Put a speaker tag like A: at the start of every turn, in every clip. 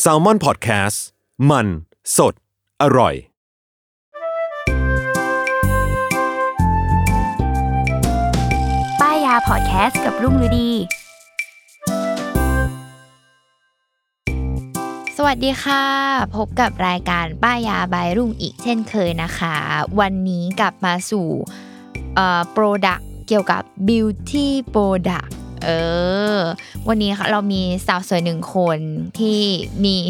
A: แซลมอนพอดแคสต์มันสดอร่อย
B: ป้ายาพอดแคสต์กับรุ่งฤดี สวัสดีค่ะ พบกับรายการป้ายาบายรุ่งอีกเช่นเคยนะคะ วันนี้กลับมาสู่โปรดักเกี่ยวกับ beauty product เออ วันนี้ค่ะเรามีสาวสวยหนึ่งคนที่มี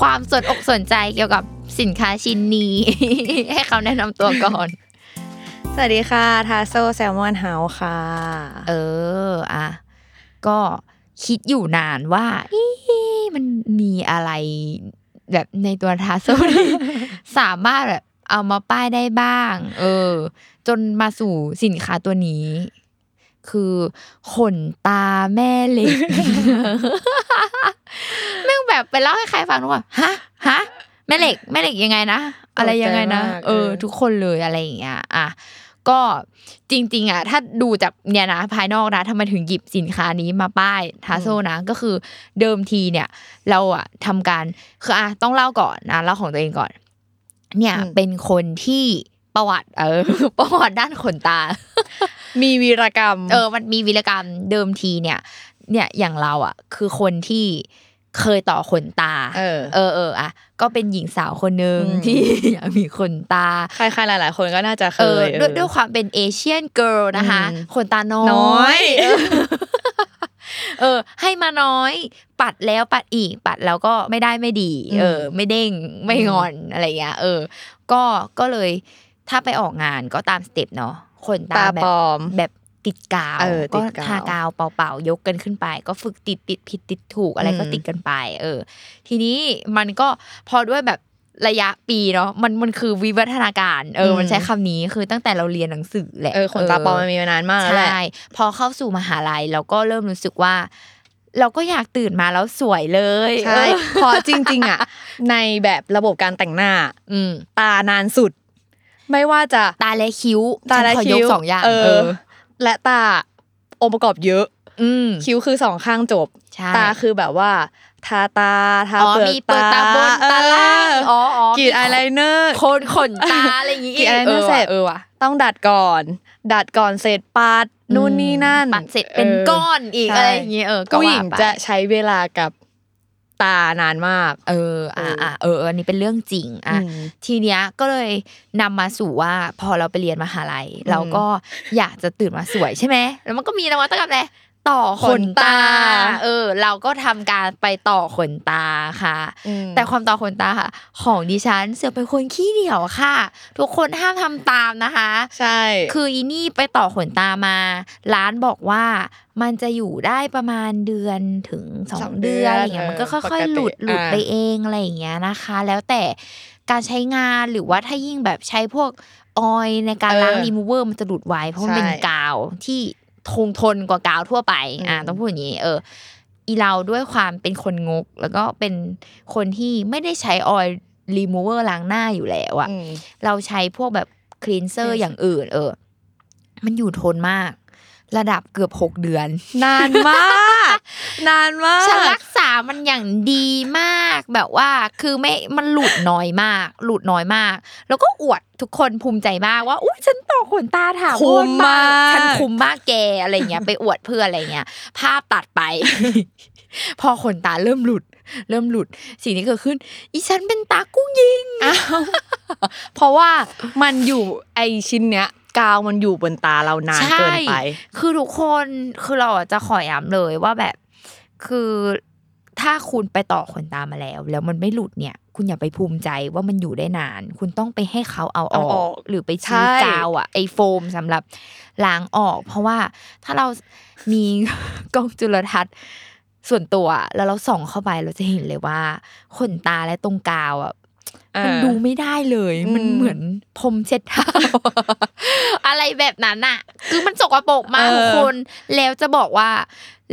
B: ความสนอกสนใจเกี่ยวกับสินค้าชิ้นนี้ ให้เขาแนะนำตัวก่อน
C: สวัสดีค่ะทาโซแซลมอนเฮาส์ค่ะ
B: เออ อ่ะ ก็คิดอยู่นานว่าอีมันมีอะไร แบบในตัวทาโซที่ สามารถแบบเอามาป้ายได้บ้าง เออ จนมาสู่สินค้าตัวนี้ คือขนตาแม่เหล็ก แม่งแบบไปเล่าให้ใครฟังนึกว่าฮะฮะแม่เหล็กแม่เหล็กยังไงนะ อะไรยังไงนะ
C: ตกใจมาก
B: เออ
C: เออ
B: ทุกคนเลยอะไรอย่างเงี้ยอ่ะ ก็จริง ๆ อ่ะ ถ้าดูจากเนี่ยนะ ภายนอกนะทำไมถึงหยิบสินค้านี้มาป้ายทาโซนะก็คือเดิมทีเนี่ย เราอะทำการคืออะต้องเล่าก่อนนะเล่าของตัวเองก่อน เนี่ย
C: อืม
B: เป็นคนที่ประวัติ เอ อ ประวัติด้านขนตา
C: มีวีรกรรม
B: เออ มันมีวีรกรรมเดิมทีเนี่ย เนี่ยอย่างเราอ่ะ คือคนที่เคยต่อขนตา
C: เออ
B: เออเอออ่ะก็เป็นหญิงสาวคนหนึ่ง
C: อืม
B: ที่ อยากมีขนตา
C: ใครๆหลาย ๆ คนก็น่าจะเค
B: เออย ด้วยด้วยความเป็นเอเชียนเกิลนะคะ
C: อืม
B: ขนตาน้
C: น้อย
B: เอ อเออ ให้มาน้อย ปัดแล้วปัดอีก ปัดแล้วก็ไม่ได้ไม่ดี เออ ไม่เด้งไม่งอนอะไรอย่างเงี้ยเออ ก็ก็เลยถ้าไปออกงานก็ตามสเต็ปเนาะขนตา
C: ตา
B: แบ
C: ป
B: บ
C: ลอม
B: แบบติดกาว
C: เออติ
B: ก็
C: ดกาว
B: ทากาวเป่าๆยกกันขึ้นไป ก็ฝึกติดติดผิดติดถูกอะไรก็
C: อืม
B: ติดกันไป เออ ทีนี้มันก็พอด้วยแบบระยะปีเนาะมันมันคือวิวัฒนาการ เออ มันใช้คำนี้คือตั้งแต่เราเรียนหนังสือแหละ
C: เออขนตาปลอมมันมีมานานมากแล้วแหละ
B: ใช่พอเข้าสู่มหาลัยเราก็เริ่มรู้สึกว่า เราก็อยากตื่นมาแล้วสวยเลย
C: ใช่
B: เออ
C: เพราะจริง ๆ อ่ะ ในแบบระบบการแต่งหน้า
B: อืม
C: ตานานสุด ไม่ว่าจะ
B: ตาและคิ้ว
C: ตาและ
B: ฉันขอยก
C: คิ้ว
B: สองอย่าง
C: เอ
B: เอ
C: อ
B: อ
C: และตาองค์ประกอบเยอะ
B: อืม
C: คิ้วคือสองข้างจบ
B: ใช่
C: ตาคือแบบว่า ทาตาทา
B: อ๋อ
C: เปลือก
B: มีเปลือกตาบนตาล่าง
C: เออ
B: อ๋ออ๋อก
C: รีดอายไลเนอร์
B: ขนขนตาอะไรอย่างงี้
C: กรีดอายไลเนอร์เสร็จ
B: เออว่ะ
C: ต้องดัดก่อน ดัดก่อนเสร็จปัดนู่นนี่นั่น
B: ปัดเสร็จเป็น
C: ออ
B: ก้อนอีก
C: ใช่
B: อะไรอย่างงี้เออก็
C: ผู้ห
B: ว่า
C: ญิง
B: ไป
C: จะใช้เวลากับตานานมาก
B: เอออ่ะอ่ะเอออันนี้เป็นเรื่องจริงอ่ะ
C: อืม
B: ทีเนี้ยก็เลยนำมาสู่ว่าพอเราไปเรียนมหาลัย เราก็อยากจะตื่นมาสวยใช่ไหมแล้วมันก็มีนวัตกรรมอะไรต่อขนตา
C: ขนตา
B: เออ เราก็ทำการไปต่อขนตาค่ะ แต่ความต่อขนตาค่ะ ของดิฉันเสือกเป็นคนขี้เหนียวค่ะ ทุกคนห้ามทำตามนะคะ
C: ใช่
B: คืออีนี่ไปต่อขนตามา ร้านบอกว่ามันจะอยู่ได้ประมาณเดือนถึงสอ
C: สอง ง
B: เดือน
C: เดือน
B: อะไรเงี้ยมันก็
C: เออ
B: ค่อยๆห
C: ปกติ
B: ลุดหลุด
C: อ่า
B: ไปเองอะไรอย่างเงี้ยนะคะ แล้วแต่การใช้งานหรือว่าถ้ายิ่งแบบใช้พวกออยล์ในการ
C: เออ
B: ล้างรีมูเวอร์มันจะหลุดไวเพราะมันเป็น
C: ใช่
B: กาวที่ทงทนกว่ากาวทั่วไปอ่า
C: อืม
B: ต้องพูดอย่างนี้ เออ อีเราด้วยความเป็นคนงก แล้วก็เป็นคนที่ไม่ได้ใช้ออยล์รีมูเวอร์ล้างหน้าอยู่แล้วอะ
C: ม
B: เราใช้พวกแบบคลีนเซอร์
C: Cleanser
B: อย่างอื่น เออ มันอยู่ทนมาก ระดับเกือบหกเดือน
C: นานมาก นานมาก
B: ฉันรักษา มันอย่างดีมากแบบว่าคือไม่มันหลุดน้อยมาก หลุดน้อยมาก แล้วก็อวดทุกคนภูมิใจมากว่าอุ้ยฉันต่อขนตาถาม
C: คุ้มมาก
B: ฉันคุ้มมากแกอะไรเงี้ย ไปอวดเพื่อนอะไรเงี้ย ภาพตัดไป พอขนตาเริ่มหลุด เริ่มหลุด สิ่งที่เกิดขึ้น อีฉันเป็นตากุ้งยิง
C: เพราะว่ามันอยู่ไอชิ้นเนี้ย กาวมันอยู่บนตาเรานานเกินไป
B: ใช่คือทุกคนคือเราอ่ะจะขอย้ำเลยว่าแบบ คือถ้าคุณไปต่อขนตามาแล้ว แล้วมันไม่หลุดเนี่ย คุณอย่าไปภูมิใจว่ามันอยู่ได้นาน คุณต้องไปให้เขาเอาอ
C: เอาอ
B: อ
C: อก ก
B: หรือไปซื้อ
C: ใช่
B: กาวอ่ะไอโฟมสำหรับล้างออก เพราะว่าถ้าเรามี กล้องจุลทรรศน์ส่วนตัวอะแล้วเราส่องเข้าไปเราจะเห็นเลยว่าขนตาและตรงกาวอ่ะ มันดูไม่ได้เลย
C: อืม
B: มันเหมือนพรมเช็ดเท้า อะไรแบบนั้นอะคือมันสกปรกมากทุกคน แล้วจะบอกว่า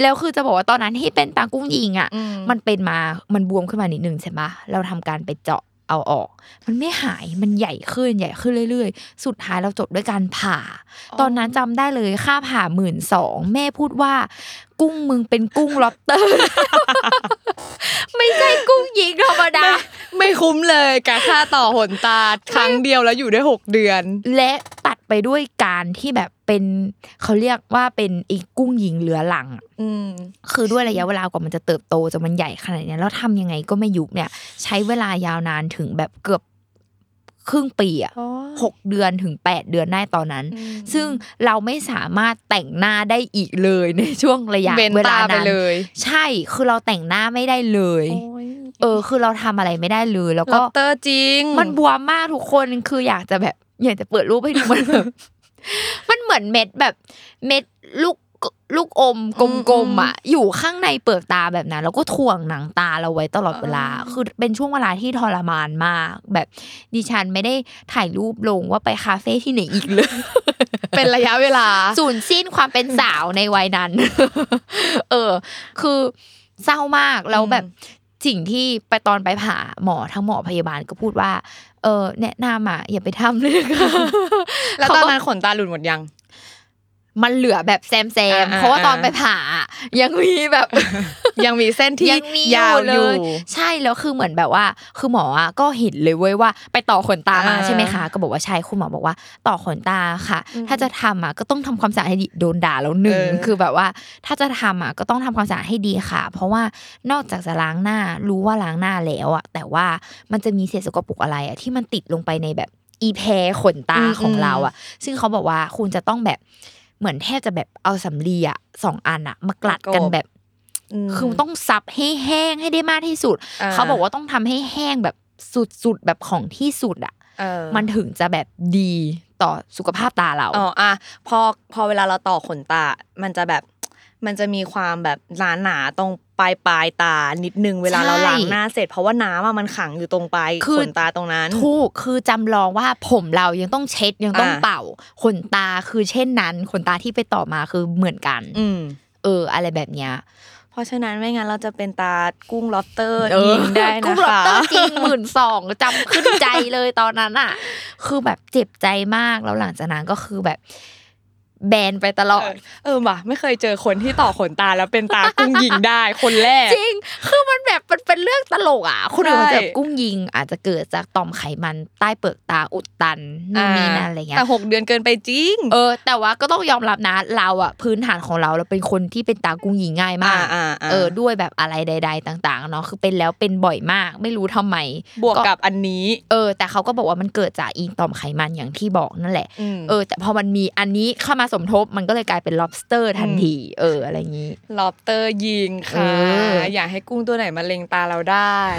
B: แล้วคือจะบอกว่าตอนนั้นที่เป็นตากุ้งยิงอะ
C: อื
B: มันเป็นมา มันบวมขึ้นมานิดนึงใช่ปะเราทำการไปเจาะเอาออก มันไม่หาย มันใหญ่ขึ้นใหญ่ขึ้นเรื่อย ๆ สุดท้ายเราจบด้วยการผ่า ตอนนั้นจำได้เลยค่าผ่าหมื่นสองแม่พูดว่า กุ้งมึงเป็นกุ้งล็อบเตอร์ ไม่ใช่กุ้งยิงธรรมดา
C: ไม่คุ้มเลยกับค่าต่อหนตาครั้งเดียวแล้วอยู่ได้หกเดือน
B: และตัดไปด้วยการที่แบบเป็นเขาเรียกว่าเป็นไอีกุ้งหญิงเหลือหลังอะ
C: อืม
B: คือด้วยระยะเวลากว่ามันจะเติบโตจนมันใหญ่ขนาดเนี้ยแล้วทำยังไงก็ไม่ยุบเนี่ย ใช้เวลายาวนานถึงแบบเกือบครึ่งปีอะหกเดือนถึงแปดเดือนได้ตอนนั้น ซึ่งเราไม่สามารถแต่งหน้าได้อีกเลยในช่วงระยะ
C: เบน
B: เวลา
C: ตาไป
B: นั้น
C: เลย
B: ใช่คือเราแต่งหน้าไม่ได้เลย เออ คือเราทำอะไรไม่ได้เลยแล้ว
C: ล็
B: ก็
C: อบเตอร์จริง
B: มันบวมมากทุกคนคืออยากจะแบบอยากจะเปิดรูปให้ดูมันแบบ มันเหมือนเม็ดแบบเม็ดลูกลูกอมกลมๆอ่ะ อยู่ข้างในเปลือกตาแบบนั้น แล้วก็ถ่วงหนังตาเราไว้ตลอดเวลา
C: อ๋อ
B: คือเป็นช่วงเวลาที่ทรมานมาก แบบดิฉันไม่ได้ถ่ายรูปลงว่าไปคาเฟ่ที่ไหนอีกเลย
C: เป็นระยะเวลา
B: สูญสิ้นความเป็นสาวในวัยนั้น เออ คือเศร้ามาก แล้วแบบสิ่งที่ไปตอนไปผ่าหมอทั้งหมอพยาบาลก็พูดว่า เออ แนะนำอ่ะอย่าไปทำเลยค่ะ
C: แล้วตอนนั้นขนตาหลุดหมดยัง
B: มันเหลือแบบแซมแซมๆ
C: อ่าๆ
B: เพราะว่าตอนไปผ่าอะยังมีแบบ
C: ยังมีเส้นที่
B: ยังมี
C: ยาว
B: เล
C: อยู่
B: ใช่แล้วคือเหมือนแบบว่า คือหมออะก็เห็นเลยเว้ยว่า ไปต่อขนตามา
C: อ่า
B: ใช่ไหมคะก็บอกว่าใช่คุณหมอบอกว่า ต่อขนตาค่ะ ถ้าจะทำอ่ะก็ต้องทำความสะอาดให้ดีโดนด่าแล้วหนึ่ง
C: เออ
B: คือแบบว่า ถ้าจะทำอ่ะก็ต้องทำความสะอาดให้ดีค่ะ เพราะว่านอกจากจะล้างหน้ารู้ว่าล้างหน้าแล้วอ่ะแต่ว่ามันจะมีเศษสกปรกอะไรอ่ะที่มันติดลงไปในแบบอีแพรขนตาของเราอ่ะ ซึ่งเขาบอกว่าคุณจะต้องแบบเหมือนแทบจะแบบเอาสำลีอ่ะสองอันอ่ะมากลัดกันแบบ
C: อืม
B: คือต้องซับให้แห้งให้ได้มากที่สุด เขาบอกว่าต้องทำให้แห้งแบบสุดๆ แบบของที่สุดอ่ะ
C: เออ
B: มันถึงจะแบบดีต่อสุขภาพตาเรา
C: อ๋ออ่ะพอพอเวลาเราต่อขนตา มันจะแบบมันจะมีความแบบหนาหนาๆตรงปลายปลายๆตานิดนึงเวลา
B: ใช่
C: เราล้างหน้าเสร็จ เพราะว่าน้ำอะมันขังอยู่ตรงปลาย
B: คือ
C: ขนตาตรงนั้น
B: ถูกคือจำลองว่าผมเรายังต้องเช็ดยังต้อง
C: อ่า
B: เป่าขนตาคือเช่นนั้นขนตาที่ไปต่อมาคือเหมือนกัน
C: อืม
B: เออ อะไรแบบเนี้ย
C: เพราะฉะนั้นไม่งั้นเราจะเป็นตากุ้งล็อบสเตอร์
B: เออ
C: ยิงได้นะคะ
B: กูหลบ เตอร์จริงหมื่นสองจำขึ้นใจเลยตอนนั้นอ่ะ คือแบบเจ็บใจมากแล้วหลังจากนั้นก็คือแบบแบนไปตลอด
C: เออว่ะไม่เคยเจอคนที่ต่อขนตาแล้วเป็นตากุ้งยิงได้คนแรก
B: จริง คือมันแบบมันเป็นเรื่องตลกอ่ะ คนอื่น
C: ใช่
B: มันจะแบบกุ้งยิง อาจจะเกิดจากต่อมไขมันใต้เปลือกตาอุดตันนู่นนี่นั่นอะไรเงี้ย
C: แต่หกเดือนเกินไปจริง
B: เออ แต่ว่าก็ต้องยอมรับนะเราอ่ะพื้นฐานของเราเราเป็นคนที่เป็นตากุ้งยิงง่ายมาก
C: อ่าๆๆ
B: เออด้วยแบบอะไรใด ๆ ต่าง ๆ เนาะคือเป็นแล้วเป็นบ่อยมาก ไม่รู้ทำไม
C: บวกกับอันนี้
B: เออ แต่เขาก็บอกว่ามันเกิดจากอีต่อมไขมันอย่างที่บอกนั่นแหละ
C: อืม
B: เออ แต่พอมันมีอันนี้เข้ามาสมทบมันก็เลยกลายเป็น lobster ทันที เออ อะไรอย่างนี้
C: ลอบเตอร์ยิงค่ะ
B: เอออ
C: อยากให้กุ้งตัวไหนมาเล็งตาเราได้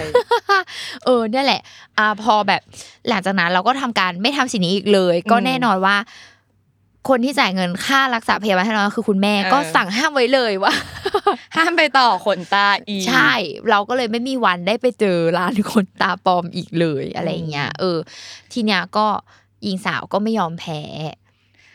B: เออเนี่ยแหละอ่าพอแบบหลังจากนั้นเราก็ทำการไม่ทำสิ่งนี้อีกเลย ก็แน่นอนว่า คนที่จ่ายเงินค่ารักษาพยาบาลให้เราก็คือคุณแม่
C: เออ
B: ก็สั่งห้ามไว้เลยว่า
C: ห้ามไปต่อขนตาอีก
B: ใช่เราก็เลยไม่มีวันได้ไปเจอร้านคนตาปลอมอีกเลยอะไรอย่างเงี้ยเออ ทีเนี้ยก็หญิงสาวก็ไม่ยอมแพ้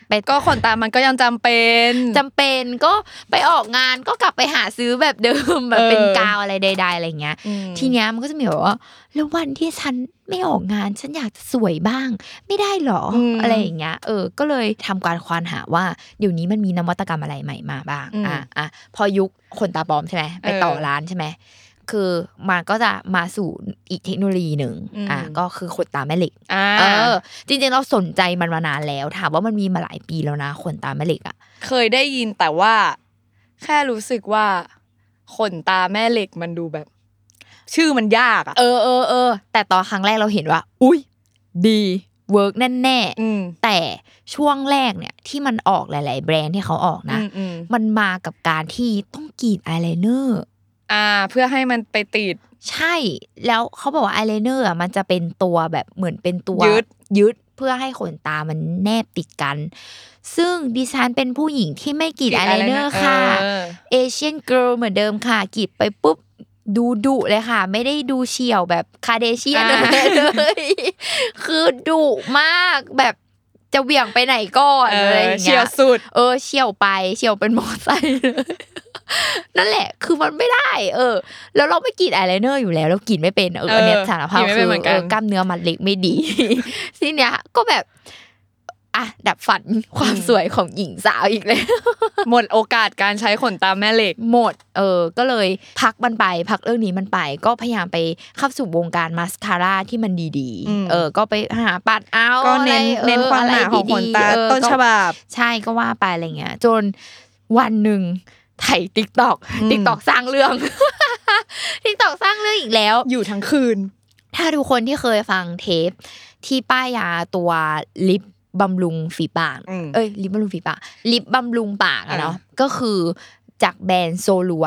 B: ไปก็
C: ก็ขนตามันก็ยังจำเป็น
B: จำเป็นก็ไปออกงานก็กลับไปหาซื้อแบบเดิมแบบเป็น
C: เออ
B: กาวอะไรใด ๆ อะไรอย่างเงี้ย
C: อืม
B: ทีเนี้ยมันก็จะมีแบบว่าแล้ววันที่ฉันไม่ออกงาน ฉันอยากจะสวยบ้าง ไม่ได้หรอ
C: อืม
B: อะไรอย่างเงี้ยเออ ก็เลยทำการควานหาว่าเดี๋ยวนี้มันมีนวัตกรรมอะไรใหม่มาบ้าง
C: อืม
B: อ่ะอ่ะพอยุคคนตาบอมใช่ไหมไปต่อ
C: เออ
B: ร้านใช่ไหม คือมันก็จะมาสู่อีกเทคโนโลยีหนึ่ง
C: อืม
B: อ่ะก็คือขนตาแม่เหล็ก
C: อ่า
B: เออ จริงๆเราสนใจมันมานานแล้ว ถามว่ามันมีมาหลายปีแล้วนะขนตาแม่เหล็กอ่ะ
C: เคยได้ยินแต่ว่า แค่รู้สึกว่า ขนตาแม่เหล็กมันดูแบบ ชื่อมันยากอ่ะ
B: เออเออเออแต่ตอนครั้งแรกเราเห็นว่า อุ้ยดีเวิร์กแน่
C: อืม
B: ๆแต่ช่วงแรกเนี่ยที่มันออกหลาย ๆ แบรนด์ที่เขาออก
C: อื
B: นะ
C: มอืม
B: มันมากับการที่ต้องกรีดอายไลเนอร์
C: อ่า เพื่อให้มันไปติด
B: ใช่แล้วเขาบอกว่าอายไลเนอร์อ่ะมันจะเป็นตัวแบบเหมือนเป็นตัว
C: ยึด
B: ยึดเพื่อให้ขนตามันแนบติดกัน ซึ่งดิฉันเป็นผู้หญิงที่ไม่กรีดอายไลเนอร์ค่ะ
C: เออ
B: เอเชียนเกิร์ลเหมือนเดิมค่ะกรีดไปปุ๊บ ดูดุเลยค่ะ ไม่ได้ดูเฉียวแบบคาเดเชียน
C: อ่า
B: เลย คือดุมากแบบจะเหวี่ยงไปไหนก่อน
C: เอ
B: อะไรอ
C: อย่าง เชี
B: เงี้
C: ย
B: ย
C: ร์สุด
B: เออเฉียวไปเฉียวเป็นมอไซค์ เลย นั่นแหละ คือมันไม่ได้ เออ แล้วเราไม่กรีดอายไลเนอร์อยู่แล้วเรากรีดไม่เป็นเออ
C: เออ
B: อันเนี้ยสารภาพ
C: กรีดไม่
B: คือ
C: เป็นเหมือนกั
B: เอน อกล้ามเนื้อมัดเล็กไม่ดี ทีเนี้ยก็แบบ อ่ะดับฝันความสวยของหญิงสาวอีกเลย
C: หมดโอกาสการใช้ขนตาแม่เหล็ก
B: หมด เออ ก็เลยพักมันไป พักเรื่องนี้มันไป ก็พยายามไปเข้าสู่วงการมาสคาร่าที่มันดี
C: อืม
B: ๆ เออ ก็ไปหาปัดเอา
C: ก็เน้น
B: อะไรออ
C: เน้นความหนาของขนตา
B: อะไรดีๆเออ
C: ต้น
B: ก็
C: ฉบับ
B: ใช่ก็ว่าไปอะไรเงี้ย จนวันหนึ่งไถ่ติ๊กตอก
C: อืม
B: ติ๊กตอกสร้างเรื่อง ติ๊กตอกสร้างเรื่องอีกแล้ว
C: อยู่ทั้งคืน
B: ถ้าทุกคนที่เคยฟังเทป ที่ป้ายยาตัวลิปบำรุงฝีปาก
C: อืม
B: เอ้ยลิปบำรุงฝีปากลิปบำรุงปากอะเนาะก็คือจากแบรนด์โซลัว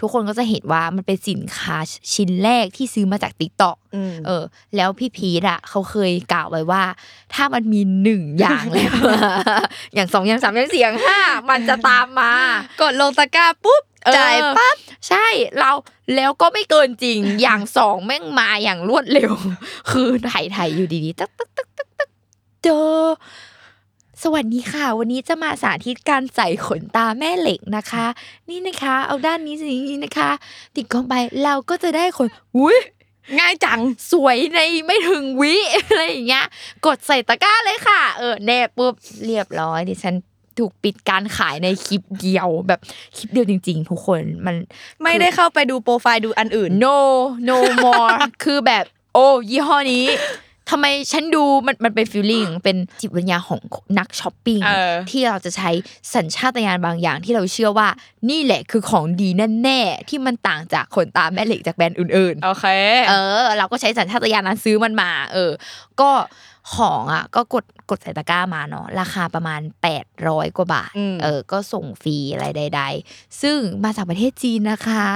B: ทุกคนก็จะเห็นว่ามันเป็นสินค้าชิ้นแรกที่ซื้อมาจากติ๊กต็อก
C: อืม
B: เออแล้วพี่พีทอ่ะเขาเคยกล่าวไว้ว่า ถ้ามันมีหนึ่งอย่างแล้ว อย่างสองอย่างสามอย่างสี่อย่างห้ามันจะตามมาก
C: ดลงตะกร้าปุ๊บจ่ายปั๊
B: บ
C: บ
B: ใช่เราแล้วก็ไม่เกินจริง อย่างสองแม่งมาอย่างรวดเร็ว คือไถ่ไถ่อยู่ดีๆตักตักตักตักตักเจอสวัสดีค่ะ วันนี้จะมาสาธิตการใส่ขนตาแม่เหล็กนะคะ นี่นะคะ เอาด้านนี้สินี้นะคะ ติดกล้องไปเราก็จะได้ขนอุ้ย
C: ง่ายจัง
B: สวยในไม่ถึงวิ อะไรอย่างเงี้ย กดใส่ตะกร้าเลยค่ะ เออแนบปุ๊บเรียบร้อยดิฉันถูกปิดการขายในคลิปเดียวแบบคลิปเดียวจริง ๆ ทุกคนมัน
C: ไม่ได้เข้าไปดูโปรไฟล์ดูอันอื่น
B: no no more คือแบบ โอ้ยี่ห้อนี้ทำไมฉันดูมันมันเป็นฟีลลิ่งเป็นจิตวิญญาณของนักช้อปปิ้ง
C: เออ
B: ที่เราจะใช้สัญชาตญาณบางอย่างที่เราเชื่อว่านี่แหละคือของดีแน่ๆที่มันต่างจากขนตาแม่เหล็กจากแบรนด์อื่นๆ
C: โอเค
B: เออ เราก็ใช้สัญชาตญาณนั้นซื้อมันมา เออ ก็ของอ่ะ ก็กดกดใส่ตะกร้ามาเนาะราคาประมาณ 800 กว่าบาท
C: อืม
B: เออ ก็ส่งฟรีอะไรใด ๆ ซึ่งมาจากประเทศจีนนะคะ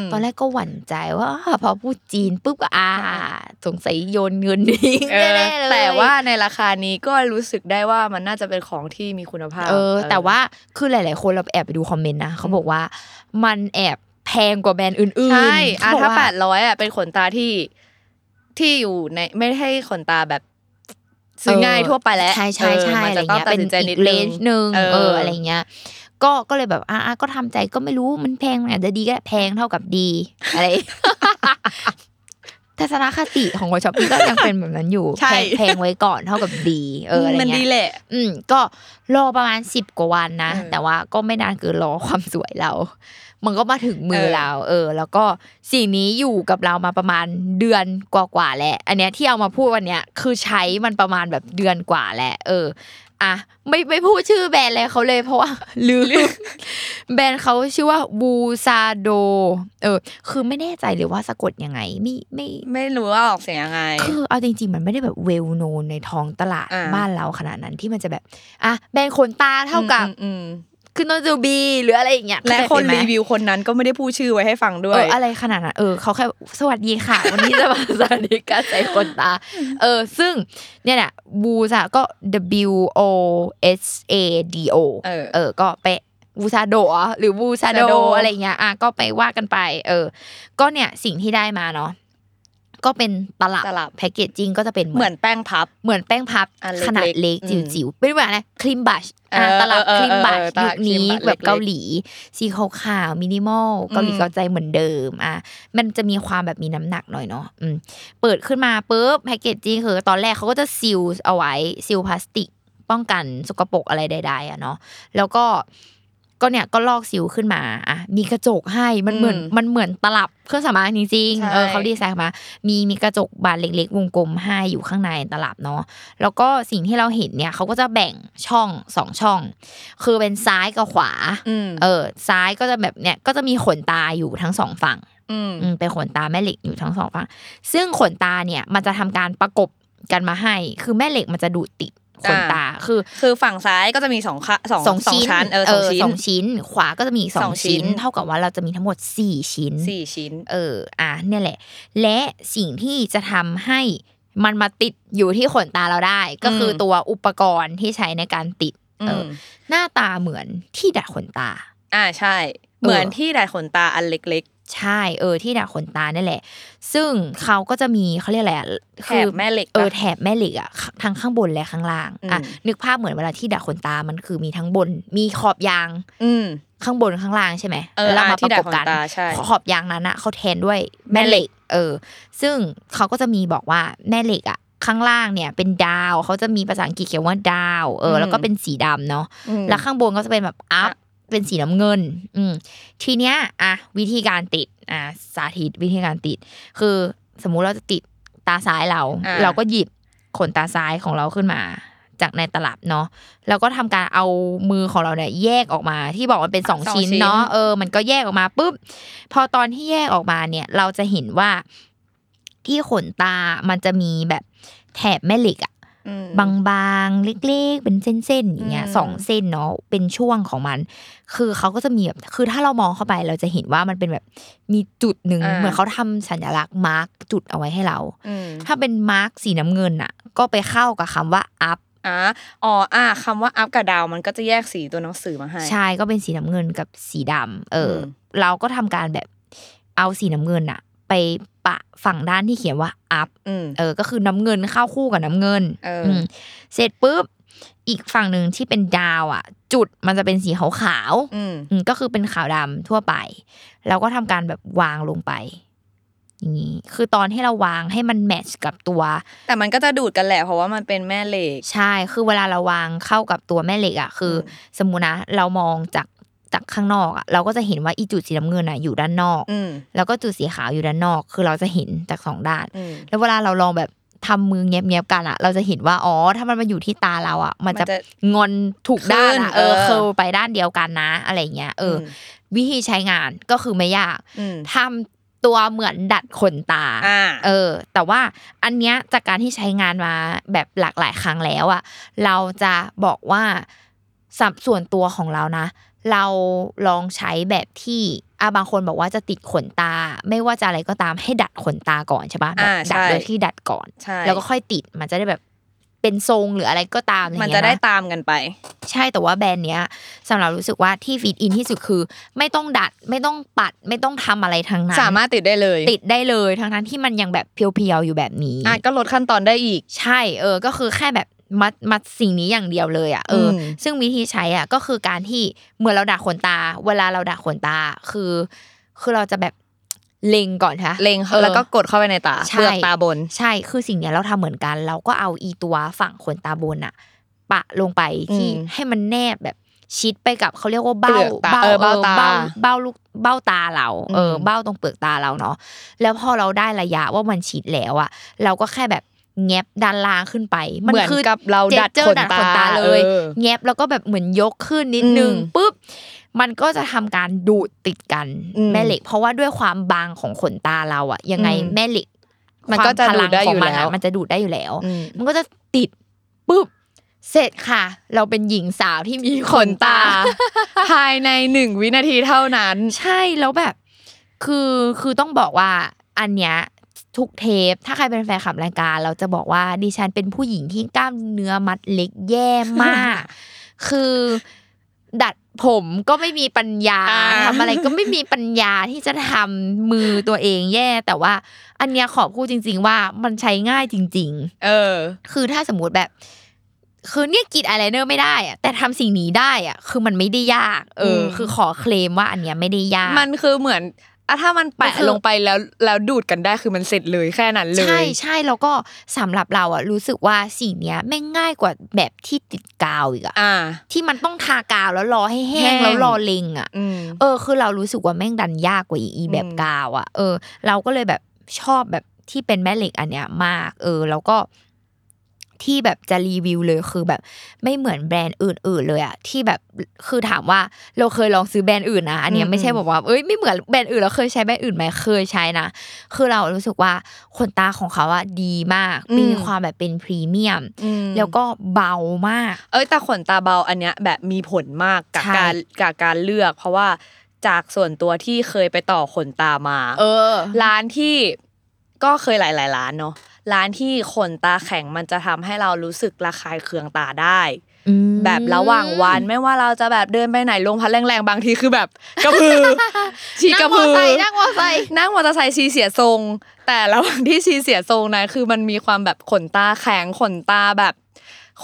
C: ม
B: ตอนแรกก็หวั่นใจว่าพอพูดจีนปุ๊บก็อ่าสงสัยโยนเงินทิ้ง
C: เออ
B: แน่ๆเลย
C: แต่ว่าในราคานี้ก็รู้สึกได้ว่ามันน่าจะเป็นของที่มีคุณภาพ
B: เออ แต่ว่าคือหลาย ๆ คนเราแอบไปดูคอมเมนต์นะเขาบอกว่ามันแอบแพงกว่าแบรนด์อื่นๆ
C: ใช่อ่ะ
B: เขบก
C: ถ้า
B: ว่
C: แปดร้อยอ่ะเป็นขนตาที่ที่อยู่ในไม่ให้ขนตาแบบซื้อง่ายทั่วไปแล้ว
B: ใช่ใช่ใช่
C: เออมั
B: อะไร
C: จะต้อง
B: เงี้ย
C: ตัด
B: เป็น
C: สินใจ
B: อี
C: นิด
B: กเล
C: นึ
B: น
C: ง
B: จ์หนึ่ง
C: เออ
B: เอออะไรเงี้ยก็ก็เลยแบบอ่ะอ่ะก็ทำใจก็ไม่รู้มันแพงอาจจะดีก็ได้แพงเท่ากับดีอะไร ทัศนคติของคนช้อปปิ้งก็ยังเป็นแบบนั้นอยู่
C: ใช่
B: แพงแพงไว้ก่อนเท่ากับดีเอออะไร
C: มันดี
B: เงี้ย
C: แหละ
B: อืมก็รอประมาณสิบกว่าวันนะ
C: เออ
B: แต่ว่าก็ไม่นานเกินรอความสวยเรา มันก็มาถึงมือ
C: เออ
B: เรา เออ แล้วก็สิ่งนี้อยู่กับเรามาประมาณเดือนกว่าๆแหละ อันเนี้ยที่เอามาพูดวันเนี้ยคือใช้มันประมาณแบบเดือนกว่าแหละ เออ อ่ะไม่ไม่พูดชื่อแบรนด์อะไรเขาเลยเพราะ ว่า ลืมแบรนด์เขาชื่อว่าบูซาโด เออ คือไม่แน่ใจหรือว่าสะกดยังไงไม่ไม่
C: ไม่รู้ว่าออกเสียงยังไง
B: คือเอาจริงๆ มันไม่ได้แบบเวลโนนในท้องตลาด
C: อ่า
B: บ้านเราขนาดนั้นที่มันจะแบบ อ่ะแบรนด์ขนตาเท่ากับ
C: อืมอืม
B: คือโนจูบีหรืออะไรอย่างเงี้ย
C: และ
B: เข้าใจ
C: คน
B: ไหม
C: รีวิวคนนั้นก็ไม่ได้พูดชื่อไว้ให้ฟังด้ว
B: เอย ออะไรขนาดนั้นเออเขาแค่สวัสดี ค่ะ วันนี้จะมา สวัสดีการใส่คนตา เออ ซึ่งเนี่ยแหละบูซาก็ W O S A D O
C: เออ
B: เออ ก็ไปบูซาโดเหรอหรือบูซาโด
C: Sado
B: อะไรเงี้ยอ่ะก็ไปว่ากันไป เออ ก็เนี่ยสิ่งที่ได้มาเนาะก็เป็นตลับ
C: ตลับ
B: แพคเกจจิ้งก็จะเป็น
C: เห
B: เหมื
C: มื
B: อ
C: อน นแป้งพับ
B: เหมือนแป้งพับ
C: อันเล็กๆ
B: ขนาดเล็ก
C: อืม
B: จิ๋วๆเป็นแบบอะไรครีมบัช
C: เออ
B: ตลับ
C: เอ
B: ค
C: อ
B: รีมบัช
C: เออเออ
B: ยุคนี้
C: ตลับครีมบัช
B: แบบ
C: เล็กๆ
B: เกาหลี สีขาวๆมินิมอลเกาหลี
C: อืม
B: เกาใจเหมือนเดิมอ่ะมันจะมีความแบบมีน้ำหนักหน่อยเนาะอืมเปิดขึ้นมาปุ๊บแพคเกจจิ้งคือตอนแรกเขาก็จะซิลเอาไว้ซิลพลาสติก ป้องกันสกปรกอะไรใดๆอ่ะเนาะแล้วก็ ก็เนี่ยก็ลอกสิวขึ้นมาอ่ะมีกระจกให้มันเหมือน
C: อืม
B: มันเหมือนตลับเครื่องสำอางจริง
C: ใช่
B: ๆเออเขาดีไซน์มา มีมีกระจกบานเล็ก ๆ วงกลมให้อยู่ข้างในตลับเนาะแล้วก็สิ่งที่เราเห็นเนี่ยเขาก็จะแบ่งช่องสองช่อง คือเป็นซ้ายกับขวา
C: อืม
B: เออซ้ายก็จะแบบเนี่ยก็จะมีขนตาอยู่ทั้งสองฝั่ง
C: อืม
B: อืมเป็นขนตาแม่เหล็กอยู่ทั้งสองฝั่ง ซึ่งขนตาเนี่ยมันจะทำการประกบกันมาให้ คือแม่เหล็กมันจะดูดติดขนตา คือ
C: คือฝั่งซ้ายก็จะมีสองขะสอง
B: สอง
C: สอง
B: ชิ้น
C: ชั้น เออ
B: เอ
C: สอง
B: อ
C: ชิ้
B: ส
C: น
B: องชิ้น ขวาก็จะมีอีกส
C: ส
B: อ
C: อง งชิ้
B: ชิ้น
C: น
B: เท่ากับว่าเราจะมีทั้งหมดสี่ชิ้น
C: สี่ชิ้น
B: เออ อ่ะเนี่ยแหละ และสิ่งที่จะทำให้มันมาติดอยู่ที่ขนตาเราได้ ก็คืออ
C: ม
B: ตัวอุปกรณ์ที่ใช้ในการติด เออ
C: ม
B: อหน้าตาเหมือนที่ดัดขนตา
C: อ่าใช่ เหมือนที่ดายขนตาอันเล็ก
B: ใช่เออที่ดักขนตานี่แหละ ซึ่งเขาก็จะมีเขาเรียกอะไรอะคือ
C: แถบแม่เหล็กปะ
B: เออแถบแม่เหล็กอะข้างทั้งข้างบนและข้างล่างอ่ะ
C: อืม
B: นึกภาพเหมือนเวลาที่ดักขนตามันคือมีทั้งบน มีขอบยาง
C: ๆ อืม
B: ข้างบนข้างล่างใช่ไหม
C: เออ
B: แล้ว
C: อ่ะ
B: มา
C: ที่
B: ประ
C: ดั
B: กบ
C: กขน
B: กัน
C: ตาใช่
B: ขอบยางนั้นอะเขาแทนด้วยแม่เหล็ก เออ ซึ่งเขาก็จะมีบอกว่าแม่เหล็กอะข้างล่างเนี่ยเป็นดาวเขาจะมีภาษาอังกฤษเขียนว่าดาวเออ
C: อืม
B: แล้วก็เป็นสีดำเนาะ
C: อืม
B: แล้วข้างบนก็จะเป็นแบบอัพ
C: อ่ะ
B: เป็นสีน้ำเงิน อืมทีเนี้ยอ่ะวิธีการติดอ่ะสาธิตวิธีการติด คือสมมุติเราจะติดตาซ้ายเรา
C: อ่า
B: เราก็หยิบขนตาซ้ายของเราขึ้นมา จากในตลับเนาะแล้วก็ทำการเอามือของเราเนี่ยแยกออกมา ที่บอกมันเป็นสอง
C: สอง
B: ชิ้น
C: ชิ้น
B: เนาะเออ มันก็แยกออกมาปุ๊บพอตอนที่แยกออกมาเนี่ย เราจะเห็นว่าที่ขนตามันจะมีแบบแถบแม่เหล็กอะ
C: อืม
B: บางๆ เล็กๆ เป็นเส้นๆ อย่างเงี้ย
C: อืม
B: สองเส้นเนาะเป็นช่วงของมัน คือเขาก็จะมีแบบคือถ้าเรามองเข้าไปเราจะเห็นว่ามันเป็นแบบมีจุดหนึ่งเหมือนเขาทำสัญลักษณ์มาร์กจุดเอาไว้ให้เรา
C: อืม
B: ถ้าเป็นมาร์กสีน้ำเงินอ่ะ ก็ไปเข้ากับคำว่าอัพ
C: อ่ะอ๋ออ่ะคำว่าอัพกับดาวมันก็จะแยกสีตัวหนังสือมาให้
B: ชายก็เป็นสีน้ำเงินกับสีดำเอออ
C: ม
B: เราก็ทำการแบบเอาสีน้ำเงินอ่ะ ไปปะฝั่งด้านที่เขียนว่าอัพ
C: อืม
B: เออ ก็คือน้ำเงินเข้าคู่กับน้ำเงิน
C: เอออื
B: มเสร็จปุ๊บ อีกฝั่งหนึ่งที่เป็นดาวอ่ะ จุดมันจะเป็นสีขาวขาวๆ
C: อืม
B: อืมก็คือเป็นขาวดำทั่วไป เราก็ทำการแบบวางลงไปอย่างนี้คือตอนให้เราวางให้มันแมทช์กับตัว
C: แต่มันก็จะดูดกันแหละเพราะว่ามันเป็นแม่เหล็ก
B: ใช่ คือเวลาเราวางเข้ากับตัวแม่เหล็กอ่ะ คืออสมมุตินะ เรามองจากจากข้างนอกอ่ะ เราก็จะเห็นว่าอีจุดสีน้ำเงินอ่ะอยู่ด้านนอก
C: อืม
B: แล้วก็จุดสีขาวอยู่ด้านนอก คือเราจะเห็นจากสองด้าน
C: อืม
B: แล้วเวลาเราลองแบบทำมือเงียบๆกันอะเราจะเห็นว่าอ๋อถ้ามันมาอยู่ที่ตาเราอะมันจะ
C: มันจะ
B: งอนถูกด้านอะ
C: ขึ้น
B: เออ
C: เออ
B: เคิร์ลไปด้านเดียวกันนะ อะไรเงี้ยเอออวิธีใช้งานก็คือไม่ยาก
C: อืม
B: ทำตัวเหมือนดัดขนตา
C: อ่า
B: เออ แต่ว่าอันเนี้ยจากการที่ใช้งานมาแบบหลากหลายครั้งแล้วอะเราจะบอกว่าสับส่วนตัวของเรานะ เราลองใช้แบบที่อะบางคนบอกว่าจะติดขนตา ไม่ว่าจะอะไรก็ตามให้ดัดขนตาก่อนใช่ปะแบบ
C: อ่า
B: ดั
C: ใช่
B: ดโดยที่ดัดก่อน
C: ใช่
B: แล้วก็ค่อยติดมันจะได้แบบเป็นทรงหรืออะไรก็ตามอร
C: มัน
B: เงี้ย
C: จะได้
B: น
C: ตามกันไป
B: ใช่แต่ว่าแบรนด์เนี้ยสำหรับรู้สึกว่าที่ฟีดอินที่สุดคือ ไม่ต้องดัดไม่ต้องปัดไม่ต้องทำอะไรทั้งนั้น
C: สามารถติดได้เลย
B: ติดได้เลยทั้งทั้งๆที่มันยังแบบเพียวๆอยู่แบบนี้
C: อ่ะก็ลดขั้นตอนได้อีก
B: ใช่เออก็คือแค่แบบมัดมัดสิ่งนี้อย่างเดียวเลยอ่ะเอออ
C: ม
B: ซึ่งวิธีใช้อ่ะก็คือการที่เหมื่อนเราดัดขนตา เวลาเราดัดขนตาคือ คือเราจะแบบเล็งก่อนใช่ปะ
C: เล็ง
B: ออ
C: แล้วก็กดเข้าไปในตา
B: ใช่
C: เปลือกตาบน
B: ใช่ คือสิ่งเนี้ยเราทำเหมือนกัน เราก็เอาอีตัวฝั่งขนตาบนอะปะลงไปที่
C: อืม
B: ให้มันแนบแบบชิดไปกับเขาเรียกว่าเบ้า
C: เปลือกตาเออเบ้าตา
B: เบ้าเบ้าลูกเบ้าตาเราเอออ
C: ม
B: เบ้าตรงเปลือกตาเราเนาะแล้วพอเราได้ระยะว่ามันชิดแล้วอะเราก็แค่แบบแงบด้านล่างขึ้นไป
C: เหมือน
B: คื
C: กับเราดัด
B: เจอ
C: ข
B: ร์
C: นตา
B: เลย
C: ออ
B: แงบแล้วก็แบบเหมือนยกขึ้นนิดนึง
C: อืม
B: ปุ๊บมันก็จะทำการดูดติดกัน
C: อืม
B: แม่เหล็ก เพราะว่าด้วยความบางของขนตาเราอะยังไง
C: อืม
B: แม่เหล็ก
C: มันก็จะ
B: ควาพ
C: ดูดได้อยู่
B: ขงมัน
C: แล้ว
B: มันจะดูดได้อยู่แล้ว
C: อืม
B: มันก็จะติดปุ๊บเสร็จค่ะ เราเป็นหญิงสาวที่มีขนตา
C: ภายในหนึ่งวินาทีเท่านั้น
B: ใช่แล้วแบบ คือคือต้องบอกว่าอันเนี้ยทุกเทป ถ้าใครเป็นแฟนคลับรายการ เราจะบอกว่าดิฉันเป็นผู้หญิงที่กล้ามเนื้อมัดเล็กแย่มาก คือดัดผมก็ไม่มีปัญญา
C: อ่า
B: ทำอะไรก็ไม่มีปัญญาที่จะทำมือตัวเองแย่ แต่ว่า อันเนี้ยขอพูดจริง ๆ ว่ามันใช้ง่ายจริง ๆ
C: เออ
B: คือถ้าสมมติแบบ คือเนี่ยกรีดอายไลเนอร์ไม่ได้อะแต่ทำสิ่งนี้ได้อะคือมันไม่ได้ยาก เอออ
C: ม
B: คือขอเคลมว่าอันเนี้ยไม่ได้ยาก
C: มันคือเหมือน อ่ะถ้ามันแปะ
B: มันคือ
C: ลงไปแล้วแล้วดูดกันได้คือมันเสร็จเลยแค่นั้นเลย
B: ใช่ใช่แล้วก็สำหรับเราอ่ะรู้สึกว่าสีเนี้ยแม่งง่ายกว่าแบบที่ติดกาวอีกอ่ะ
C: อ่า
B: ที่มันต้องทากาวแล้วรอให้แห้
C: แห้
B: ง
C: ง
B: แล้วรอเล็งอ่ะ
C: อืม
B: เออคือเรารู้สึกว่าแม่งดันยากกว่าอีแบบกาวอะเออ เราก็เลยแบบชอบแบบที่เป็นแม่เหล็กอันเนี้ยมาก เออ แล้วก็ที่แบบจะรีวิวเลยคือแบบไม่เหมือนแบรนด์อื่น ๆ เลยอะที่แบบคือถามว่าเราเคยลองซื้อแบรนด์อื่นนะอันเนี้ย
C: อืม
B: ไม่ใช่บอกว่าเอ้ยไม่เหมือนแบรนด์อื่นเราเคยใช้แบรนด์อื่นไหมเคยใช้นะคือเรารู้สึกว่าขนตาของเขาอะดีมากมีความแบบเป็นพรีเมียม
C: อืม
B: แล้วก็เบามาก
C: เอ้ยแต่ขนตาเบาอันเนี้ยแบบมีผลมากกับ
B: ใช่
C: การกับการเลือก เพราะว่าจากส่วนตัวที่เคยไปต่อขนตามา
B: เออ
C: ร้านที่ก็เคยหลาย ๆ ร้านเนาะร้านที่ขนตาแข็งมันจะทำให้เรารู้สึกระคายเคืองตาได้ แบบระหว่างวันไม่ว่าเราจะแบบเดินไปไหนลงพัดแรงๆบางทีคือแบบกระพือ ชีกระพือ
B: นั่งมอไซค์
C: นั่งมอเตอร์ไซค์ชีเสียทรง แต่ระหว่างที่ชีเสียทรงนะคือมันมีความแบบขนตาแข็งขนตาแบบ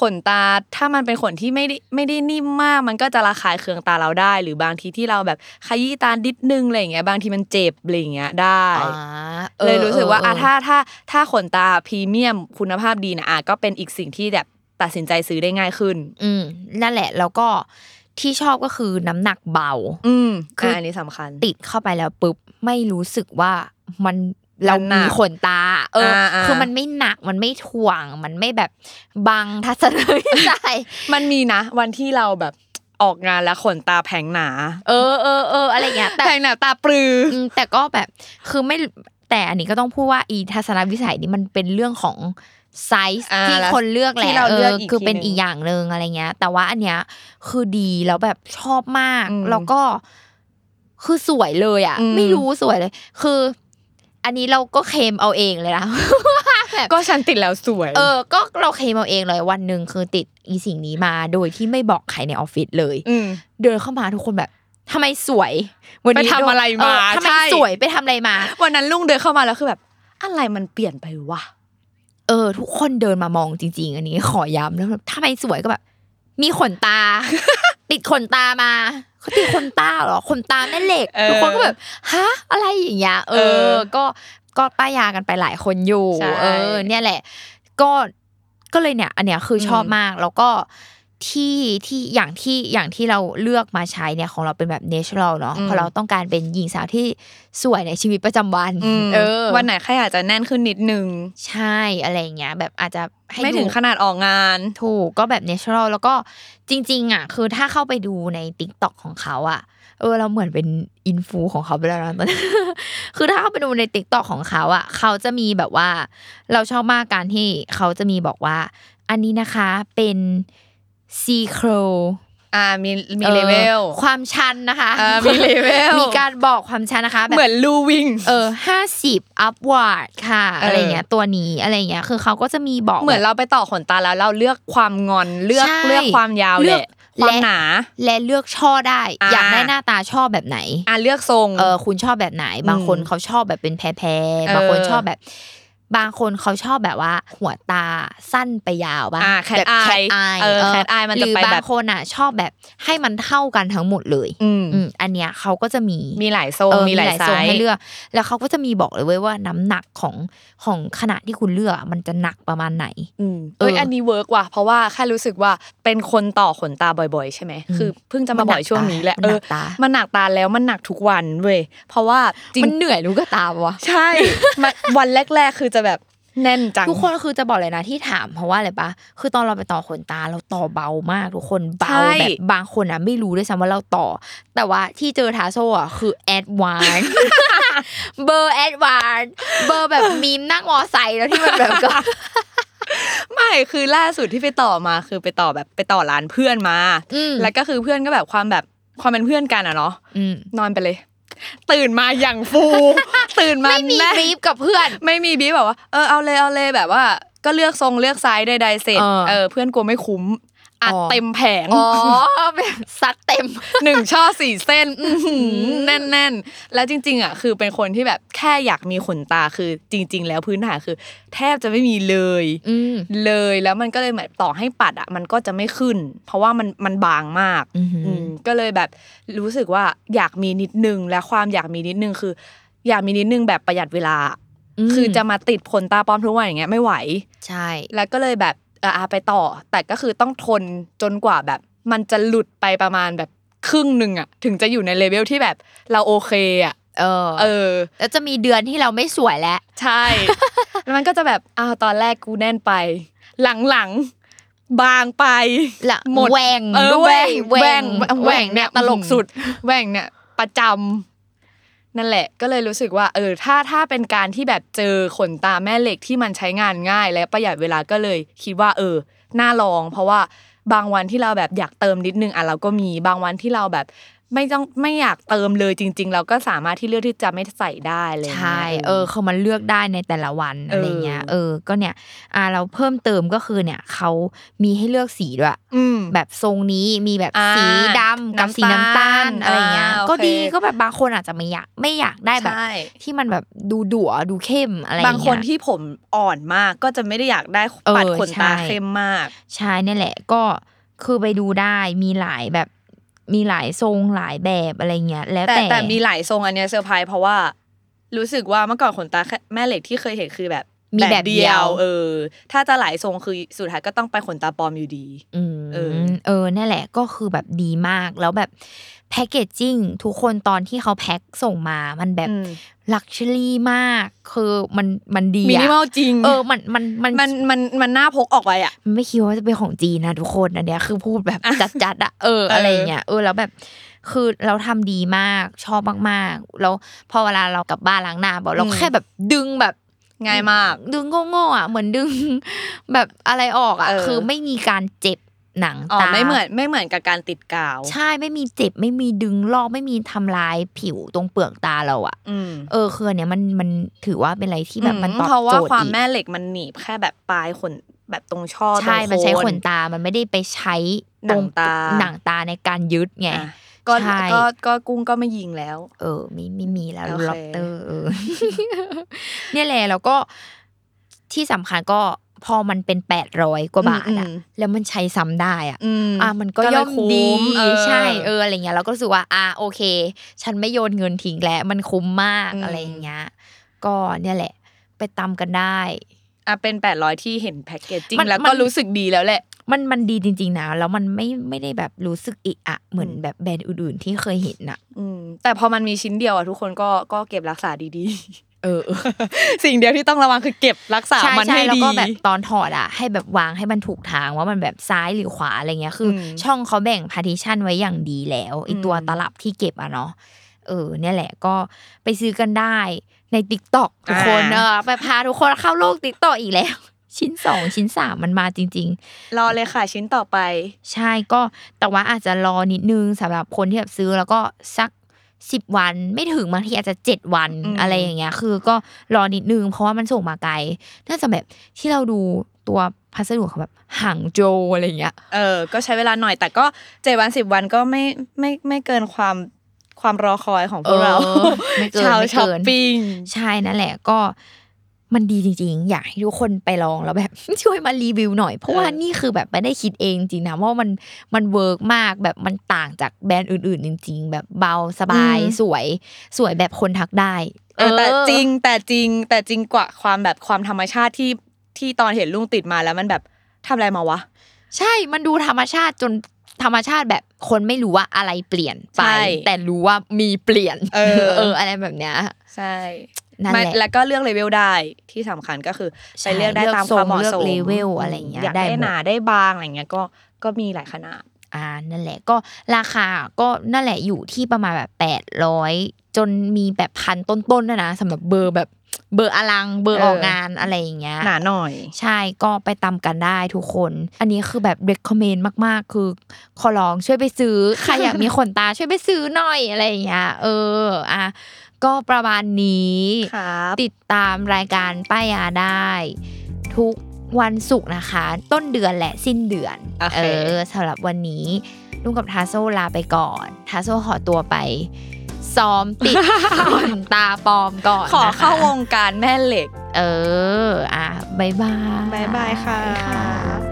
C: ขนตาถ้ามันเป็นขนที่ไม่ได้ไม่ได้นิ่มมาก มันก็จะระคายเคืองตาเราได้ หรือบางทีที่เราแบบขยี้ตานิดนึงอะไรอย่างเงี้ยบางทีมันเจ็บอะไรอย่างเงี้ยได้
B: อ่าออ
C: เลยรู้สึกว่า
B: เ
C: อ่ะถ้าถ้าถ้าขนตาพรีเมียมคุณภาพดีนะอ่ะก็เป็นอีกสิ่งที่แบบตัดสินใจซื้อได้ง่ายขึ้น
B: อืมนั่นแหละแล้วก็ที่ชอบก็คือน้ำหนักเบา
C: อืม
B: คืออ่
C: อันนี้สำคัญ
B: ติดเข้าไปแล้วปุ๊บไม่รู้สึกว่ามันเรา
C: หนั
B: มี
C: ก
B: ขนตา เอออา
C: อ่า
B: คือมันไม่หนักมันไม่ถ่วง มันไม่แบบบังทัศนวิสัย
C: มันมีนะ วันที่เราแบบออกงานแล้วขนตาแผงหนา
B: เออเออเอออะไรอย่างเงี้ยแต่
C: แผงหนาตาปลือ
B: อืมแต่ก็แบบคือไม่แต่อันนี้ก็ต้องพูดว่าอีทัศนวิสัยนี่มันเป็นเรื่องของไซส์
C: า
B: ที่คนเลือกแห
C: ที่
B: ละ
C: เรา
B: เอ
C: เลือ
B: อก
C: อีก
B: คือเป็น
C: ทีหนึ่ง
B: อีกอย่างหนึ่งอะไรเงี้ย แต่ว่าอันเนี้ยคือดีแล้วแบบชอบมาก
C: อืม
B: แล้วก็คือสวยเลยอ่ะ
C: อืม
B: ไม่รู้สวยเลย คือ อันนี้เราก็เคลมเอาเองเลยนะ แบบ
C: ก็ฉันติดแล้วสวย
B: เออ ก็เราเคลมเอาเองเลยวันหนึ่งคือติดอีสิ่งนี้มา โดยที่ไม่บอกใครในออฟฟิศเลย
C: ม
B: เดินเข้ามาทุกคนแบบทำไมสวย วันนี้
C: ไปทำอะไรมา
B: เอทำไม
C: ใช่
B: สวยไปทำอะไรมา
C: วันนั้นลุงเดินเข้ามาแล้วคือแบบ อะไรมันเปลี่ยนไปวะ
B: เออ ทุกคนเดินมามองจริง ๆ อันนี้ขอย้ำแล้วแบบทำไมสวยก็แบบ มีขนตา ติดขนตามาเขาติดขนตาเหรอขนตาแม่เหล็ก
C: เออ
B: ทุกคนก็แบบฮะอะไรอย่างเงี้ยเอ
C: เอ
B: อ
C: อ
B: ก็ก็ป้ายากันไปหลายคนอยู่
C: ใช่
B: เออ เนี่ยแหละ ก็ก็เลยเนี่ย อันเนี้ยคือชอบ
C: อืม
B: มากแล้วก็ที่ที่อย่างที่อย่างที่เราเลือกมาใช้เนี่ยของเราเป็นแบบเนเชอรัลเนาะเพราะเราต้องการเป็นหญิงสาวที่สวยในชีวิตประจำวันเออ
C: วันไหนใครอาจจะแน่นขึ้นนิดนึง
B: ใช่อะไรอย่างเงี้ย แบบอาจจะให้
C: ไม่
B: ดู
C: ถึงขนาดออกงาน
B: ถูกก็แบบ natural แล้วก็จริง ๆ อ่ะ คือถ้าเข้าไปดูใน t ิ k t o k ของเขาอ่ะ เออ เราเหมือนเป็นอินฟูของเขาไปแล้วนะตอนนี้ คือถ้าเข้าไปดูใน t ิ k t o k ของเขาอ่ะ เขาจะมีแบบว่า เราชอบมากการที่เขาจะมีบอกว่า อันนี้นะคะเป็นซีโคร
C: อ่ามีมี
B: ออ
C: เลเวล
B: ความชันนะคะ
C: อ่ามี level
B: มีการบอกความชันนะคะแบบ
C: เหมือนลูวิง
B: เออห้าสิบอัพวาร์ดค่ะ
C: เอออ
B: อะไรเงี้ยตัวนี้อะไรเงี้ยคือเขาก็จะมีบอก
C: เหมือน
B: แบบ
C: เราไปต่อขนตาแล้วเราเลือกความงอนเลือก
B: ใช่
C: เลือกความยาว
B: เลื
C: แห
B: อก
C: ละความ
B: และ
C: หนา
B: และเลือกช่อได้
C: อ่า
B: อยากได้หน้าตาชอบแบบไหน
C: อ่ะเลือกทรง
B: เออคุณชอบแบบไหน บางคนเขาชอบแบบเป็นแพรๆบางคน
C: เออ
B: ชอบแบบ บางคนเขาชอบแบบว่า หัวตาสั้นไปยาวบ้าง
C: อ่า cat
B: แบบ
C: eye เออ cat eye มันจะไป
B: หรือบา
C: แบ
B: ง
C: บ
B: คนอ่ะชอบแบบให้มันเท่ากันทั้งหมดเลย
C: อืม
B: อืมอันเนี้ยเขาก็จะมี
C: มีหลายทรง
B: เออ
C: มีหลายไซ
B: ทรง
C: ส์
B: ให้เลือก แล้วเขาก็จะมีบอกเลยเว้ยว่าน้ำหนักของของขนาดที่คุณเลือกอะมันจะหนักประมาณไหน
C: อืมเอ้ย
B: เอออั
C: อันนี้เวิร์กว่ะเพราะว่าแค่รู้สึกว่าเป็นคนต่อขนตาบ่อยๆ ใช่ไหม
B: อืม
C: คือเพิ่งจะมาบ่อยช่วงนี้แหละ
B: มั
C: เอน
B: หนั
C: อก
B: ตา
C: มันหนักตาแล้วมันหนักทุกวันเว้ยเพราะว่าจริง
B: มันเหนื่อยรู้ก็ตามวะ
C: ใช่มันวันแรก ๆ คือจะแบบแน่นจัง
B: ทุกคนคือจะบอกเลยนะที่ถามเพราะว่าอะไรปะคือตอนเราไปต่อขนตาเราต่อเบามากทุกคนเบา
C: ใช่
B: แบบบางคนอ่ะไม่รู้ด้วยซ้ำว่าเราต่อ แต่ว่าที่เจอทาโซ่อ่ะคือแอดวาน เบอร์แอดวานเบอร์แบบมีมนั่งมอไซค์แล้วที่มันแบบก็
C: ไม่คือล่าสุดที่ไปต่อมาคือไปต่อแบบไปต่อร้านเพื่อนมา
B: อืม
C: แล้วก็คือเพื่อนก็แบบความแบบความเป็นเพื่อนกันอะเนาะ
B: อืม
C: นอนไปเลย ตื่นมาอย่างฟู ตื่นมา
B: ไม่มี
C: แน่น
B: บีฟกับเพื่อน
C: ไม่มีบีแบบว่าเออเอาเลยเอาเลยแบบว่า ก็เลือกทรงเลือกไซส์ใดๆเสร็จ
B: เออ
C: เออเพื่อนกลัวไม่คุ้ม อัดเต็มแผง
B: อ๋อแบบซัดเต็ม
C: หนึ่งช่อสี่เส้น อื้อหือแน่นๆ แล้วจริง ๆอ่ะคือเป็นคนที่แบบแค่อยากมีขนตาคือจริง ๆ แล้วพื้นฐานคือ แทบจะไม่มีเลย
B: อืม
C: เลยแล้วมันก็เลยเหมือนต่อให้ปัดอ่ะมันก็จะไม่ขึ้น เพราะว่ามันมันบางมาก
B: อืม
C: อืมก็เลยแบบรู้สึกว่าอยากมีนิดนึงและความอยากมีนิดนึงคือ อยากมีนิดนึงแบบประหยัดเวลา คือจะมาติดขนตาปลอมทุกวันอย่างเงี้ยไม่ไหว
B: ใช่
C: แล้วก็เลยแบบเอออาไปต่อ แต่ก็คือต้องทนจนกว่าแบบ มันจะหลุดไปประมาณแบบครึ่งหนึ่งอะถึงจะอยู่ในเลเวลที่แบบเราโอเคอะ
B: เออ
C: เออ
B: แล้วจะมีเดือนที่เราไม่สวยแล้ว
C: ใช่ แล้วมันก็จะแบบอ้าวตอนแรกกูแน่นไป หลังๆบางไป
B: ละ
C: หมด
B: แหว่ง
C: เออ
B: ด้วย
C: แหว่ง
B: แหว่ง
C: แหว่งแหว่งเนี่ย
B: อืม
C: ตลกสุดแหว่งเนี่ยประจำนั่นแหละ ก็เลยรู้สึกว่า เออถ้าถ้าเป็นการที่แบบเจอขนตาแม่เหล็กที่มันใช้งานง่าย และประหยัดเวลาก็เลยคิดว่า เออ น่าลอง เพราะว่าบางวันที่เราแบบอยากเติมนิดนึงอ่ะเราก็มีบางวันที่เราแบบ ไม่ต้องไม่อยากเติมเลยจริง ๆ เราก็สามารถที่เลือกที่จะไม่ใส่ได้อะไรอย่าง
B: ใช่
C: เลย
B: เออเขามันเลือกได้ในแต่ละวัน
C: เอออ
B: อะไรเงี้ย เออ ก็เนี่ย อ่า เราเพิ่มเติมก็คือเนี่ยเขามีให้เลือกสีด้วย
C: อืม
B: แบบทรงนี้มีแบบ
C: อ่า
B: สีดำกับสีน้ำตาล
C: น้ำตาล
B: อะไรเงี้ย
C: อ่าโอเค
B: ก็ดีก็แบบบางคนอาจจะไม่อยากไม่อยากได้แบบ
C: ใช่
B: ที่มันแบบดูดั่วดูเข้มอะไรเงี้ย
C: บางคนที่ผมอ่อนมากก็จะไม่ได้อยากได้
B: เออ
C: ปัดขนตา
B: ใช่
C: เข้มมาก
B: ใช่เนี่ยแหละก็คือไปดูได้มีหลายแบบมีหลายทรงหลายแบบอะไรเงี้ย แล้ว
C: แต่
B: แต่
C: แต่มีหลายทรงอันเนี้ยเซอร์ไพรส์เพราะว่า รู้สึกว่าเมื่อก่อนขนตาแม่เหล็กที่เคยเห็นคือแบบ
B: มีแบบเดียว
C: เออ ถ้าจะหลายทรงคือสุดท้ายก็ต้องไปขนตาปลอมอยู่ดี
B: อืม
C: เออ
B: เออนั่นแหละก็คือแบบดีมากแล้วแบบแพคเกจจิ้งทุกคนตอนที่เขาแพ็คส่งมามันแบบ
C: อืม
B: ลักชัวรี่มาก คือมันมันดีอะ
C: มินิมอลจริง
B: เออมันมันมัน
C: มันมันมันน่าพกออกไปอ่ะ
B: มันไม่คิดว่าจะเป็นของจีนนะทุกคนอันเนี้ยคือพูดแบบ จัดๆอะเอออะไรอย่างเงี้ยเออแล้วแบบคือเราทำดีมากชอบมากๆแล้วพอเวลาเรากลับบ้านล้างหน้าบอกเรา
C: อืม
B: แค่แบบดึงแบบ
C: ง่ายมาก
B: ดึงโง่ๆอ่ะเหมือนดึง แบบอะไรออกอ่ะ
C: เออ
B: คือไม่มีการเจ็บหนัง
C: อ๋อ
B: ตา
C: ไม่เหมือนไม่เหมือนกับการติดกาว
B: ใช่ไม่มีเจ็บไม่มีดึงลอกไม่มีทำลายผิวตรงเปลือกตาเราอ่ะ
C: อืม
B: เออคืออนเนี้ยมันมันถือว่าเป็นอะไรที่แบบมันตอบ
C: เพราะ
B: โจ
C: ว่า
B: ทย์
C: ความ
B: อีก
C: แม่เหล็กมันหนีบแค่แบบปลายขนแบบตรงช่อตรง
B: ใช่มันใช้
C: โค
B: ขนตามันไม่ได้ไปใช้
C: หนังตา
B: หนังตาในการยึดไง
C: อ่ะก็
B: ใช่
C: ก็ก็กุ้งก็ไม่ยิงแล้ว
B: เออไม่ไม่มีแล้ว
C: โอเค
B: ล็อบเตอร์เออ เนี่ยแหละแล้วก็ที่สำคัญก็พอมันเป็นแปดร้อยกว่าบาทอ่ะแล้วมันใช้ซ้ำได้อ่ะ
C: อืม
B: อ่ะมันก็
C: ก็เลย
B: ย่อม
C: คุ้ม
B: ดี
C: เออ
B: ใช่เอออะไรเงี้ยเราก็รู้สึกว่าอ่ะโอเค ฉันไม่โยนเงินทิ้งแล้วมันคุ้มมาก
C: อืม
B: อะไรอย่างเงี้ยก็เนี่ยแหละ ไปตำกันได้
C: อ่ะเป็นแปดร้อยที่เห็นแพ็กเกจจิ้ง
B: มัน
C: แล้ว
B: มั
C: ก็
B: น
C: รู้สึกดีแล้วแหละ
B: มันมันดีจริง ๆนะแล้วมันไม่ไม่ได้แบบรู้สึกอิอะเหมือนแบบแบรนด์อื่นๆที่เคยเห็นน่ะ
C: อืม แต่พอมันมีชิ้นเดียวอ่ะทุกคนก็ก็เก็บรักษาดี
B: เออเออ
C: ๆ สิ่งเดียวที่ต้องระวังคือเก็บรักษา
B: ใช่
C: มัน
B: ใช่
C: ให้
B: แล้ว
C: ดี
B: ก็แบบตอนถอดอ่ะ ให้แบบวางให้มันถูกทางว่ามันแบบซ้ายหรือขวาอะไรเงี้ยคืออ
C: ม
B: ช่องเขาแบ่งพาร์ติชันไว้อย่างดีแล้วไอตัว
C: อืม
B: ตลับที่เก็บอะเนาะเออ เนี่ยแหละก็ไปซื้อกันได้ใน t ิ k t o k ทุกคนเนอะไปพาทุกคนเข้าโลก t ิ k t o k อีกแล้ว ชิ้นสองชิ้นสามมันมาจริง
C: รอเลยค่ะชิ้นต่อไป
B: ๆ ใช่ก็แต่ว่าอาจจะรอนิดนึงสำหรับคนที่แบบซื้อแล้วก็สักสิบวันไม่ถึงบางทีอาจจะเจ็ดวัน
C: อืม
B: อะไรอย่างเงี้ย คือก็รอนิดนึงเพราะว่ามันส่งมาไกลน่าจะแบบที่เราดูตัวพัสดุของแบบห่างโจวอะไรอย่างเงี้ย
C: เออ ก็ใช้เวลาหน่อยแต่ก็เจ็ดวันสิบวันก็ไม่ไม่ไม่เกินความความรอคอยของพวกเรา
B: เออไม่เกิน
C: ชาว
B: ไม่เกิน
C: ช้อปปิ้ง
B: ใช่นั่นแหละก็มันดีจริงๆ อยากให้ทุกคนไปลองแล้วแบบ ช่วยมารีวิวหน่อย เพราะว่า
C: เออ
B: นี่คือแบบไม่ได้คิดเองจริงนะว่ามันมันเวิร์กมากแบบมันต่างจากแบรนด์อื่นๆ จริง ๆ แบบเบาสบายสวยสวยแบบคนทักได้
C: เออแต่จริงแต่จริงแต่จริงกว่าความแบบความธรรมชาติที่ที่ตอนเห็นลุงติดมาแล้วมันแบบทำอะไรมาวะ
B: ใช่มันดูธรรมชาติจนธรรมชาติแบบคนไม่รู้ว่าอะไรเปลี่ยนไป
C: ใช่
B: แต่รู้ว่ามีเปลี่ยน
C: เออ
B: เอออะไรแบบเนี้ย
C: ใช่
B: นั่น
C: ไม่
B: แหละ
C: แล้วก็เลือกเลเวลได้ที่สำคัญก็คือไป
B: ใช่
C: เลือกได้ตาม
B: เลือกทรง
C: ความเหมาะ
B: เลือก
C: สม
B: เลเวลอะไรอย่างเงี้ย
C: อยาก
B: ได้ห
C: ได้
B: มด
C: หนาได้บางอะไรเงี้ยก็ก็มีหลายขนาด
B: อ่านั่นแหละก็ราคาก็นั่นแหละอยู่ที่ประมาณแบบแปดร้อยจนมีแบบพันต้นๆด้วยนะสำหรับเบอร์แบบเบอร์อลังเบอร์
C: เออ
B: ออกงานอะไรอย่างเงี้ย
C: หนาหน่อย
B: ใช่ก็ไปตามกันได้ทุกคน อันนี้คือแบบ recommend มากๆ คือขอร้องช่วยไปซื้อ ใครอยากมีขนตาช่วยไปซื้อหน่อยอะไรอย่างเงี้ยเอออ่ะก็ประมาณนี้
C: ครับ
B: ติดตามรายการป้ายยาได้ ทุก วันศุกร์นะคะ ต้นเดือนและสิ้นเดือน
C: โอเค
B: อสำหรับวันนี้ลุงกับทาโซลาไปก่อน ทาโซขอตัวไป ซ้อมติด ขนตาปลอมก่อน
C: ขอ
B: นะคะ
C: เข้าวงการแม่เหล็ก
B: เออ อ่ะบายบาย
C: บ๊ายบายค่ะ
B: ค่ะ